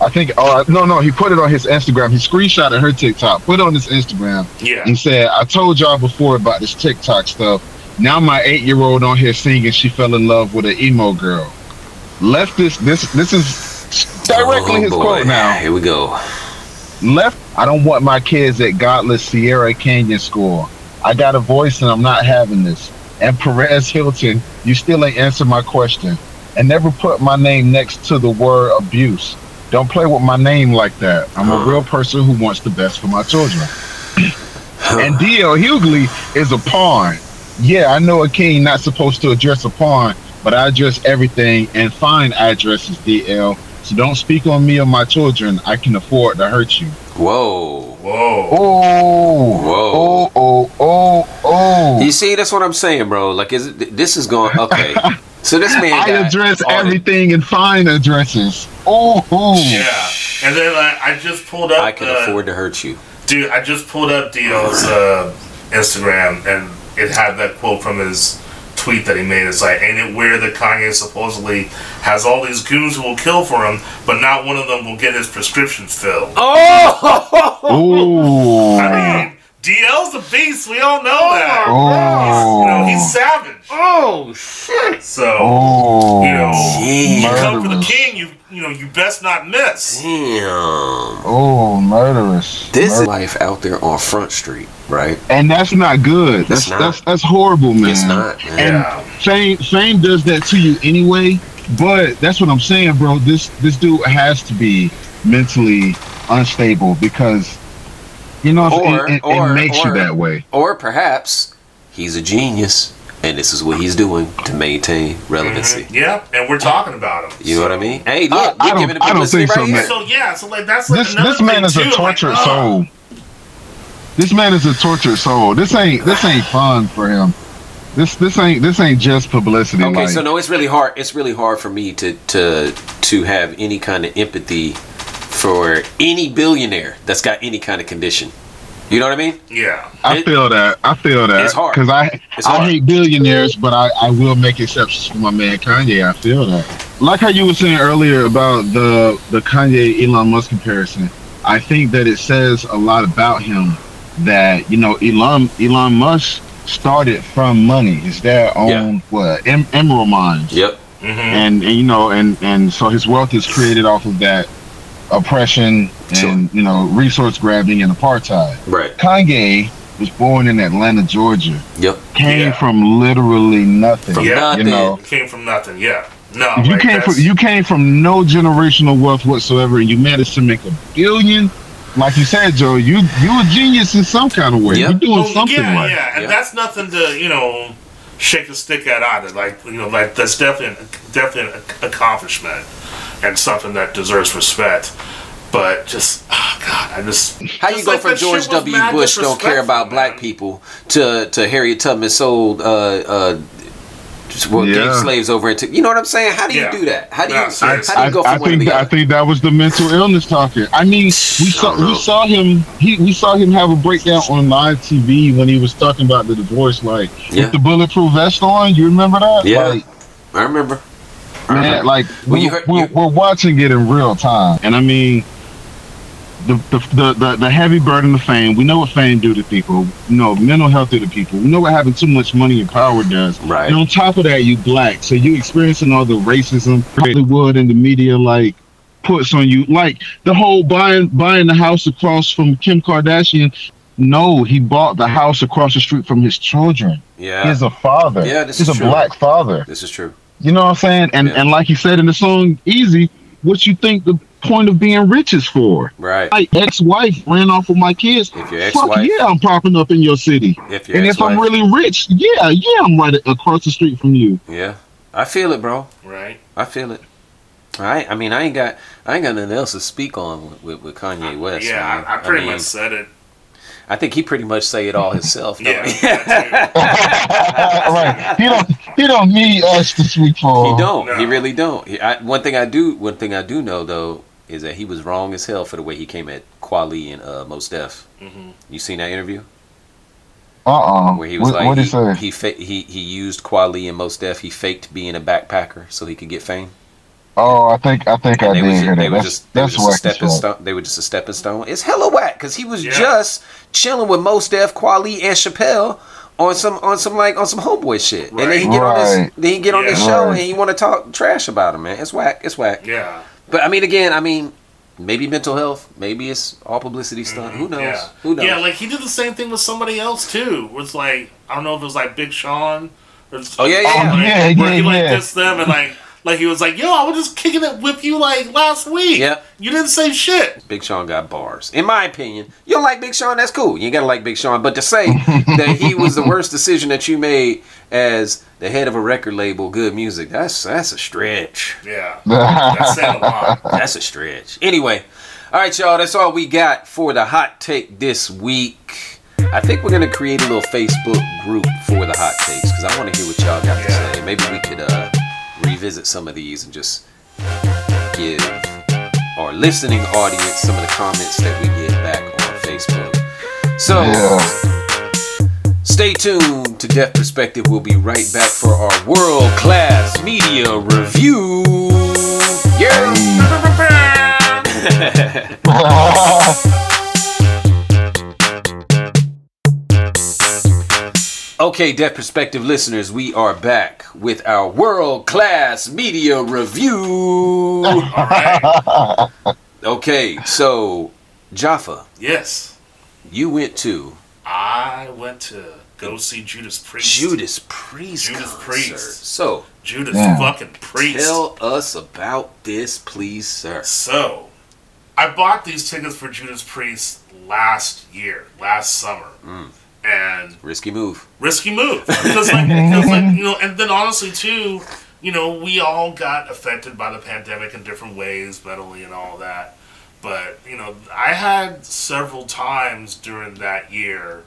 B: I think uh no no he put it on his Instagram he screenshotted her TikTok put it on his Instagram
D: Yeah.
B: and said I told y'all before about this TikTok stuff now my 8 year old on here singing she fell in love with an emo girl left this this this is directly
C: Oh,
B: his
C: boy.
B: quote now
C: Here we go.
B: left. I don't want my kids at godless Sierra Canyon school. I got a voice and I'm not having this. And Perez Hilton, you still ain't answered my question. And never put my name next to the word abuse. Don't play with my name like that. I'm a real person who wants the best for my children. and D.L. Hughley is a pawn. Yeah, I know a king not supposed to address a pawn, but I address everything and fine I addresses D.L. So don't speak on me or my children. I can afford to hurt you.
C: Whoa.
D: Whoa.
B: Oh,
C: Whoa.
B: oh, oh, oh, oh.
C: You see, that's what I'm saying, bro. Like, is it, this is going okay? So this man,
B: I
C: got
B: address
C: all the-
B: everything in fine addresses. Oh, oh. [LAUGHS]
D: Yeah. And then like, I just pulled up.
C: I can
D: uh,
C: afford to hurt you.
D: Dude, I just pulled up Dio's uh, Instagram and it had that quote from his tweet that he made. It's like, ain't it weird that Kanye supposedly has all these goons who will kill for him, but not one of them will get his prescription filled?
C: Oh.
B: Ooh.
D: I mean, DL's a beast. We all know that.
B: Oh.
D: You know, he's savage.
C: Oh shit!
D: So,
B: Oh.
D: you know, you
C: Damn.
D: come for the
B: Murderers.
D: king, you, you know, you best not miss.
C: Damn.
B: Oh, murderous.
C: This
B: Mur-
C: is life out there on Front Street, right?
B: and that's not good. That's
C: It's not.
B: that's that's horrible, man.
C: It's not, man.
B: And
D: Yeah.
B: fame fame does that to you anyway. But that's what I'm saying, bro. This this dude has to be mentally unstable because you know what I'm saying?
C: Or-
B: it, it,
C: or-
B: makes
C: or-
B: you that way.
C: Or perhaps he's a genius, and this is what he's doing to maintain relevancy.
D: Yeah, and we're talking about him.
C: You know what I mean? Hey,
B: I-
C: look,
B: I
C: we're
B: don't-
C: giving him
B: I don't
C: publicity
B: think so,
C: right
B: man.
C: here.
D: So yeah, so like that's like
B: this
D: another
B: this man
D: thing,
B: is a
D: too, like,
B: tortured
D: uh,
B: soul. This man is a tortured soul. This ain't this ain't fun for him. This this ain't this ain't just publicity.
C: Okay,
B: like,
C: so no, it's really hard. It's really hard for me to to to have any kind of empathy for any billionaire that's got any kind of condition. You know what I mean?
D: Yeah,
B: I
C: it-
B: feel that. I feel that.
C: It's hard.
B: because I
C: It's
B: I
C: hard.
B: hate billionaires, but I, I will make exceptions for my man Kanye. I feel that. Like how you were saying earlier about the the Kanye Elon Musk comparison, I think that it says a lot about him that you know Elon Elon Musk started from money. It's their own
C: Yeah.
B: what em- emerald mine
C: Yep.
D: hmm
B: and, and you know and and so his wealth is created off of that oppression and
C: Sure.
B: you know resource grabbing and apartheid
C: Right.
B: kanye was born in atlanta georgia
C: Yep.
B: came
D: Yeah.
B: from literally nothing
C: From
D: Yeah, you
C: nothing.
B: know.
D: came from nothing. Yeah, no,
B: you
D: like,
B: came
D: that's-
B: from you came from no generational wealth whatsoever and you managed to make a billion like you said joe you you a genius in some kind of way
C: Yeah.
B: you're doing
D: Well,
B: something
D: yeah,
B: right
D: yeah, and
C: Yeah.
D: that's nothing to you know shake a stick at either. Like you know, like that's definitely definitely an accomplishment and something that deserves respect. But just oh god, I just
C: How you go from George W. Bush don't care about black people to to Harriet Tubman sold uh uh just- well,
B: Yeah.
C: gave slaves over into you know what I'm saying? How do you
D: Yeah.
C: do that? How do you
D: Yeah,
C: how
D: seriously.
C: do you go from
B: I, I
C: one to
B: think
C: the
B: that, I
C: other?
B: think that was the mental illness talking. I mean, we saw
C: don't know.
B: we saw him he we saw him have a breakdown on live TV when he was talking about the divorce, like
C: Yeah.
B: with the bulletproof vest on. You remember that?
C: Yeah.
B: Like,
C: I remember. I remember.
B: man, like
C: Well,
B: we,
C: you heard-
B: we're,
C: you-
B: we're watching it in real time, and I mean. The, the, the, the, the heavy burden of fame. We know what fame do to people. You know, mental health do to people. We know what having too much money and power does.
C: Right.
B: And on top of that, you black, so you experiencing all the racism Hollywood and the media like puts on you, like the whole buying buying the house across from Kim Kardashian. No, he bought the house across the street from his children.
C: Yeah.
B: He's a father.
C: Yeah, this
B: He's
C: is
B: a
C: true.
B: black father.
C: this is true.
B: You know what I'm saying? And
C: Yeah.
B: and like he said in the song "Easy," what you think the point of being rich is for?
C: Right.
B: My ex-wife ran off with my kids.
C: If your
B: Fuck
C: ex-wife-
B: yeah, I'm popping up in your city.
C: If your
B: And if I'm
C: ex-wife-
B: really rich, yeah, yeah, I'm right across the street from you.
C: Yeah. I feel it, bro.
D: Right?
C: I feel it. I I mean I ain't got I ain't got nothing else to speak on with, with, with Kanye West.
D: yeah,
C: man.
D: I, I pretty
C: mean,
D: much said it.
C: I think he pretty much say it all himself. don't [LAUGHS]
D: Yeah,
C: he?
D: that's
B: right. He don't he don't need us to speak for.
C: He don't. He
D: No.
C: really don't. He, I, one thing I do. One thing I do know though is that he was wrong as hell for the way he came at Quali and uh, Mos Def.
D: Mhm.
C: You seen that interview
B: Uh uh
C: where he was
B: what,
C: like
B: what
C: he
B: he say?
C: he, fa- he he used Quali and Mos Def. He faked being a backpacker so he could get fame.
B: Oh, I think I think I
C: And they
B: did
C: was
B: hear
C: just, they
B: that.
C: were
B: That's
C: just they were
B: that's
C: just a
B: whack as
C: stepping
B: fuck. [LAUGHS]
C: stone. They were just a stepping stone. It's hella whack because he was
D: Yeah.
C: just chilling with Mos Def, Quali, and Chappelle on some on some like on some homeboy shit. And then he
D: Right.
C: get on
B: Right.
C: this then he get on this
D: Yeah.
C: show
B: Right.
C: and he want to talk trash about him, man. It's whack. It's whack.
D: Yeah,
C: But I mean, again, I mean, maybe mental health, maybe it's all publicity stunt. Who knows?
D: Mm-hmm. yeah,
C: Who knows?
D: yeah. Like he did the same thing with somebody else too. Where it's like I don't know if it was like Big Sean. Or
C: Oh, yeah, yeah,
D: or,
C: yeah.
D: like,
B: Yeah, yeah,
D: where he like
B: yeah.
D: dissed them and like like he was like, yo, I was just kicking it with you like last week.
C: Yeah.
D: you didn't say shit.
C: Big Sean got bars, in my opinion. You don't like Big Sean? That's cool. You ain't gotta like Big Sean, but to say that he was the worst decision that you made as the head of a record label, Good Music, that's that's a stretch.
D: Yeah, that said a lot.
C: That's a stretch. Anyway, all right, y'all. That's all we got for the hot take this week. I think we're gonna create a little Facebook group for the hot takes because I want to hear what y'all got to
D: Yeah.
C: say. Maybe we could uh, revisit some of these and just give our listening audience some of the comments that we get back on Facebook. So.
B: yeah.
C: Stay tuned to Death Perspective. We'll be right back for our world class media review.
B: [LAUGHS]
C: [LAUGHS] Yeah. okay, Death Perspective listeners, we are back with our world class media review.
D: [LAUGHS] All right.
B: [LAUGHS]
C: Okay, so Jaffa,
D: yes,
C: you went to
D: I went to go see Judas Priest.
C: Judas Priest.
D: Judas
C: concert.
D: Priest.
C: So
D: Judas
B: Yeah.
D: fucking Priest.
C: tell us about this, please, sir.
D: So,
C: Mm.
D: I bought these tickets for Judas Priest last year, last summer. and
C: Risky move.
D: risky move because like, because like you know and then honestly too you know we all got affected by the pandemic in different ways mentally and all that but you know i had several times during that year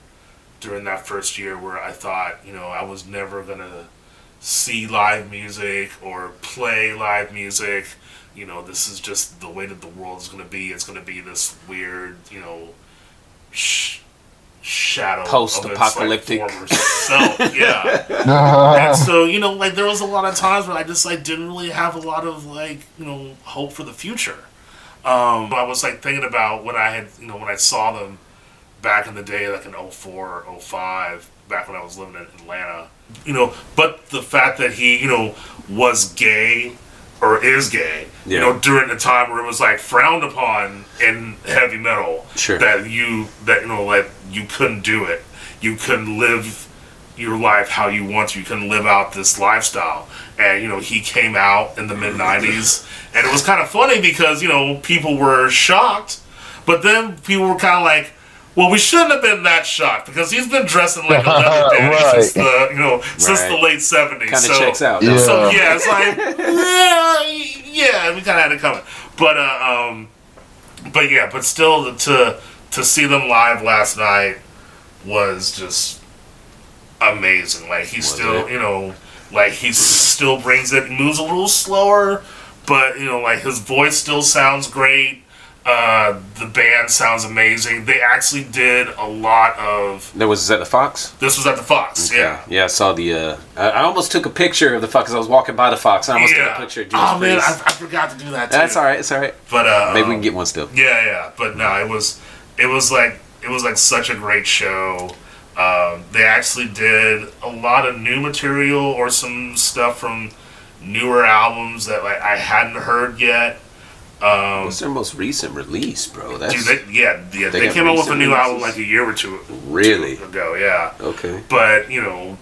D: during that first year where i thought you know i was never gonna see live music or play live music you know this is just the way that the world is gonna be it's gonna be this weird you know sh- shadow of its, like,
C: Post-apocalyptic.
D: former self
B: [LAUGHS]
D: yeah and so you know like there was a lot of times where i just like didn't really have a lot of like you know hope for the future um i was like thinking about when i had you know when i saw them back in the day like in 04 or 05 back when i was living in atlanta you know but the fact that he you know was gay or is gay you
C: Yeah.
D: know during a time where it was like frowned upon in heavy metal
C: Sure.
D: that you that you know like you couldn't do it you couldn't live your life how you want to you couldn't live out this lifestyle and you know he came out in the mid 90s and it was kind of funny because you know people were shocked but then people were kind of like well we shouldn't have been that shocked because he's been dressing like
C: [LAUGHS]
D: a leather daddy
B: Right.
D: since the you know since the
C: Right.
D: late 70s
C: Kind of
D: so
C: checks out.
B: Yeah.
D: so yeah, it's like yeah, yeah, we kind of had it coming, but uh, um, but yeah, but still to to see them live last night was just amazing. Like he still,
C: it?
D: you know, like he still brings it. He moves a little slower, but you know, like his voice still sounds great. Uh, the band sounds amazing. They actually did a lot of.
C: There was is that the Fox?
D: This was at the Fox, yeah.
C: Yeah, I saw the. Uh, I, I almost took a picture of the Fox. 'cause I was walking by the Fox. and I almost
D: Yeah.
C: took a picture of Jesus
D: Oh man,
C: Priest.
D: I, I forgot to do that. Too.
C: That's all right. It's all right.
D: But uh,
C: Maybe we can get one still.
D: Yeah, yeah, but no, it was it was like it was like such a great show. Um, they actually did a lot of new material or some stuff from newer albums that like I hadn't heard yet. Um,
C: What's their most recent release, bro? That's
D: dude, they, yeah, yeah,
C: They
D: they,
C: got
D: came out with a
C: recent
D: new album like
C: releases?
D: a year or two
C: really
D: ago. Yeah,
C: okay.
D: but you know,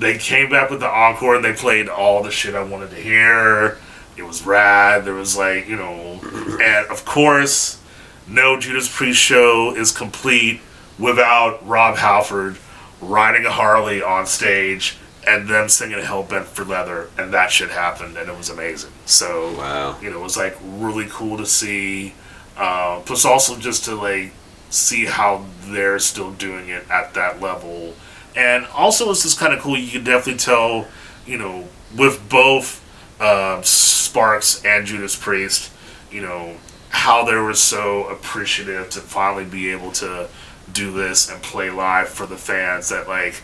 D: they came back with the encore and they played all the shit I wanted to hear. It was rad. There was like you know, and of course, no Judas Priest show is complete without Rob Halford riding a Harley on stage and them singing "Hellbent for Leather," and that shit happened, and it was amazing. So
C: Wow.
D: you know, it was like really cool to see. Uh, plus, also just to like see how they're still doing it at that level, and also it's just kind of cool. You can definitely tell, you know, with both um Sparks and Judas Priest, you know, how they were so appreciative to finally be able to do this and play live for the fans that like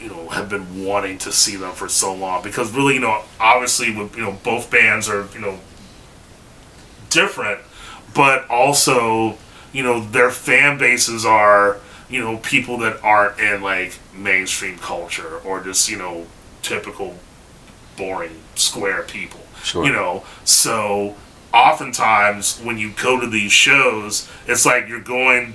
D: you know have been wanting to see them for so long because really you know obviously with you know both bands are you know different but also you know their fan bases are you know people that aren't in like mainstream culture or just you know typical boring square people
C: Sure.
D: you know so oftentimes when you go to these shows it's like you're going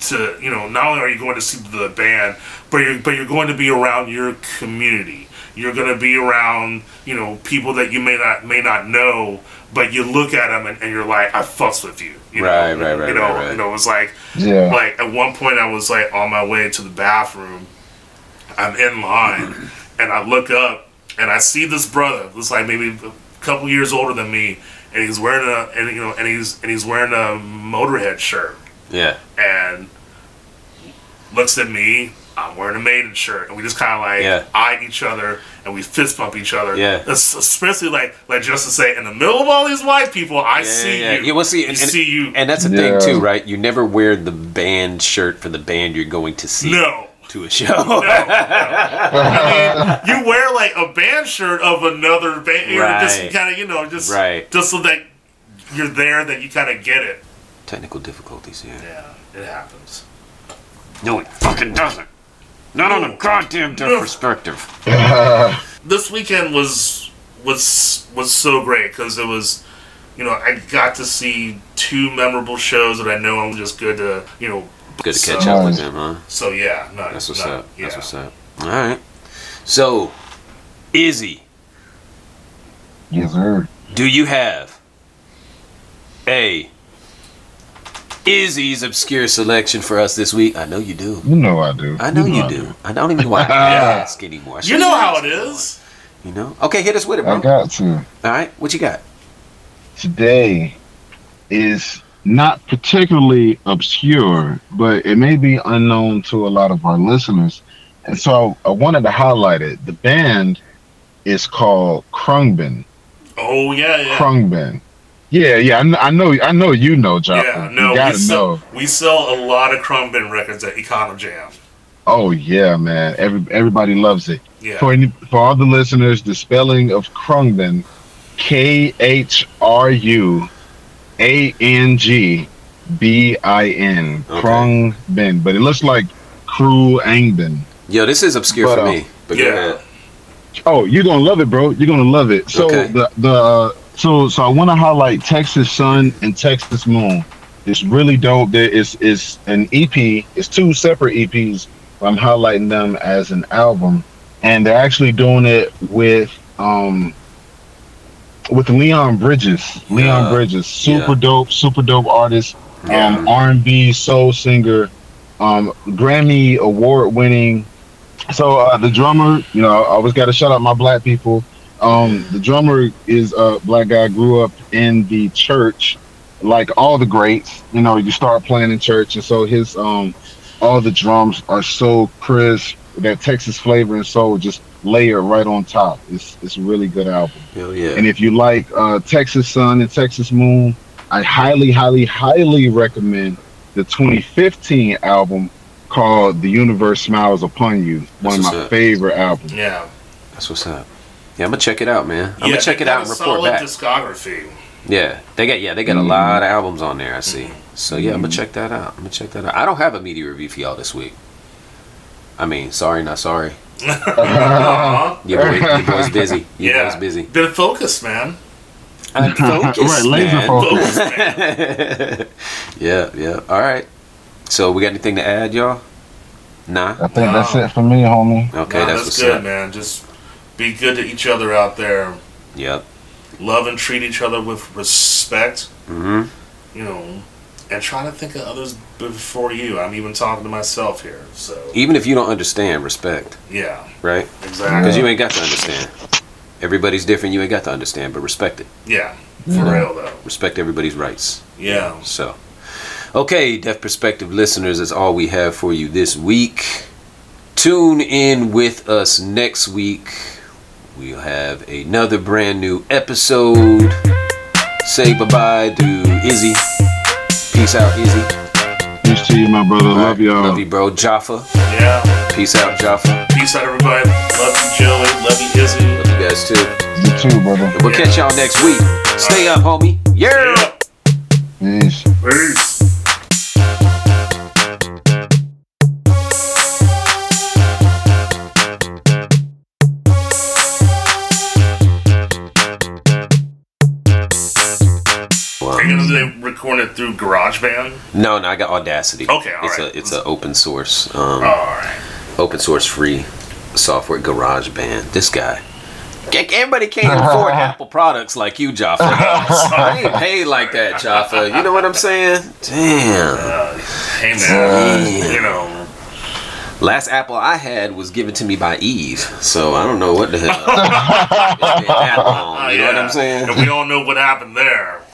D: to you know not only are you going to see the band but you're but you're going to be around your community you're going to be around you know people that you may not may not know but you look at them and, and you're like i fucks with you, you
C: Right,
D: know?
C: right, right,
D: you know
C: right, right.
D: you know it's like
B: Yeah.
D: like at one point i was like on my way to the bathroom i'm
C: [CLEARS THROAT]
D: in line and i look up and i see this brother who's like maybe a couple years older than me and he's wearing a and you know and he's and he's wearing a motorhead shirt
C: Yeah.
D: and looks at me. I'm wearing a maiden shirt, and we just kind of like
C: Yeah.
D: eye each other, and we fist bump each other.
C: Yeah.
D: Es- especially like like just to say, in the middle of all these white people, I
C: Yeah,
D: see
C: yeah, yeah.
D: you.
C: Yeah, well, see,
D: I
C: and-
D: see you.
C: And that's the
B: Yeah.
C: thing too, right? You never wear the band shirt for the band you're going to see
D: no.
C: to a [LAUGHS] show.
D: I mean, you wear like a band shirt of another band, you know, just
C: Right.
D: kind of you know, just
C: Right.
D: just so that you're there, that you kind of get it.
C: Technical difficulties. Yeah.
D: Yeah, it happens.
C: No, it fucking doesn't. Not on a goddamn
D: Ugh.
C: perspective.
B: [LAUGHS]
D: this weekend was was was so great because it was you know i got to see two memorable shows that i know i'm just good to you know
C: Good to
D: so,
C: catch up with them, huh?
D: so yeah no,
C: That's what's
D: no,
C: up.
D: yeah.
C: That's what's up. All right. So, Izzy,
B: Yes, sir.
C: do you have a Izzy's obscure selection for us this week. I know you do.
B: You know I do.
C: I know you
B: I
C: do. I don't even
B: [LAUGHS]
C: know why I ask anymore. I
D: You
C: shouldn't
D: know
C: ask
D: how it
C: anymore.
D: is.
C: You know? Okay, hit us with it, bro.
B: I got to.
C: All right, what you got?
B: Today is not particularly obscure, but it may be unknown to a lot of our listeners. And so I, I wanted to highlight it. The band is called Krungbin.
D: Oh yeah, yeah.
B: Krungbin. Yeah, yeah. I, kn- I know. I know you know, John.
D: Yeah, no,
B: you
D: we
B: gotta
D: sell,
B: know.
D: we sell a lot of crumb bin records at Econo Jam.
B: Oh yeah, man. Every, everybody loves it.
D: Yeah,
B: For any, for all the listeners, the spelling of Krungben, K H R U A N G B I N,
C: Okay.
B: Krungben. But it looks like Crew Angbin.
C: Yo, this is obscure
B: But,
C: for
B: uh,
C: me. But go
D: yeah.
C: ahead.
B: Oh, you're gonna love it, bro. You're gonna love it. So
C: Okay.
B: the the uh, so so I want to highlight Texas Sun and Texas Moon. It's really dope. There is is an EP. It's two separate EPs. but I'm highlighting them as an album, and they're actually doing it with um with Leon Bridges. Leon
C: Yeah.
B: Bridges, super
C: Yeah.
B: dope, super dope artist. Um, R and B soul singer, um, Grammy award winning. So uh, the drummer, you know, I always got to shout out my black people. Um, the drummer is a black guy. Grew up in the church, like all the greats. You know, you start playing in church, and so his um, all the drums are so crisp. That Texas flavor and soul just layered right on top. It's it's a really good album.
C: Hell yeah.
B: And if you like uh, Texas Sun and Texas Moon, I highly, highly, highly recommend the 2015 album called "The Universe Smiles Upon You." One of my
C: That's what's up.
B: favorite albums.
D: yeah.
C: That's what's up. Yeah, I'm gonna check it out, man. I'm
D: yeah,
C: gonna check
D: they
C: it
D: got
C: out
D: a
C: and report
D: solid
C: back.
D: discography.
C: yeah, they got yeah, they got a
B: Mhm.
C: lot of albums on there. I see. So yeah, I'm
B: Mm-hmm.
C: gonna check that out. I'm gonna check that out. I don't have a media review for y'all this week. I mean, sorry, not sorry.
D: [LAUGHS] Uh-huh.
C: Your, boy, your
D: [LAUGHS]
C: boy's busy. Your
D: yeah,
C: boy's busy.
D: Been focused, man.
C: I'm
B: [LAUGHS]
C: focused,
B: Right, laser
C: man.
D: Focused, man.
C: yeah, yeah. All right. So we got anything to add, y'all? Nah.
B: I think
D: Wow.
B: that's it for me, homie.
C: Okay,
D: Nah,
C: that's,
D: that's
C: what's
D: good,
C: up.
D: man. Just be good to each other out there.
C: Yep.
D: Love and treat each other with respect.
C: hmm
D: You know, and try to think of others before you. I'm even talking to myself here. So
C: Even if you don't understand, respect,
D: yeah,
C: right?
D: exactly.
C: Because you ain't got to understand. Everybody's different. You ain't got to understand, but respect it.
D: Yeah, for
B: Yeah.
D: real though.
C: Respect everybody's rights.
D: Yeah.
C: So, okay, Deaf Perspective listeners, that's all we have for you this week. Tune in with us next week. We'll have another brand new episode. Say bye bye to Izzy. Peace out, Izzy.
B: Peace to you, my brother. Love y'all.
C: Love you, bro. Jaffa.
D: Yeah.
C: Peace out, Jaffa.
D: Peace out, everybody. Love you, Joey. Love you, Izzy.
C: Love you guys too.
B: you too, brother.
C: We'll catch y'all next week. Stay up, homie. Yeah.
D: Yeah.
B: Peace.
D: Peace. Are you gonna record it through GarageBand?
C: No, no, I got Audacity.
D: Okay, Oh, all
C: it's
D: right.
C: a it's an open source. Um,
D: Alright.
C: open source free software garage band this guy everybody can't afford apple products like you jaffa i ain't paid like that jaffa you know what i'm saying damn
D: Hey man, you know.
C: last apple i had was given to me by eve so i don't know what the hell it's been that long, you know what i'm
D: And
C: saying
D: we all know what happened there.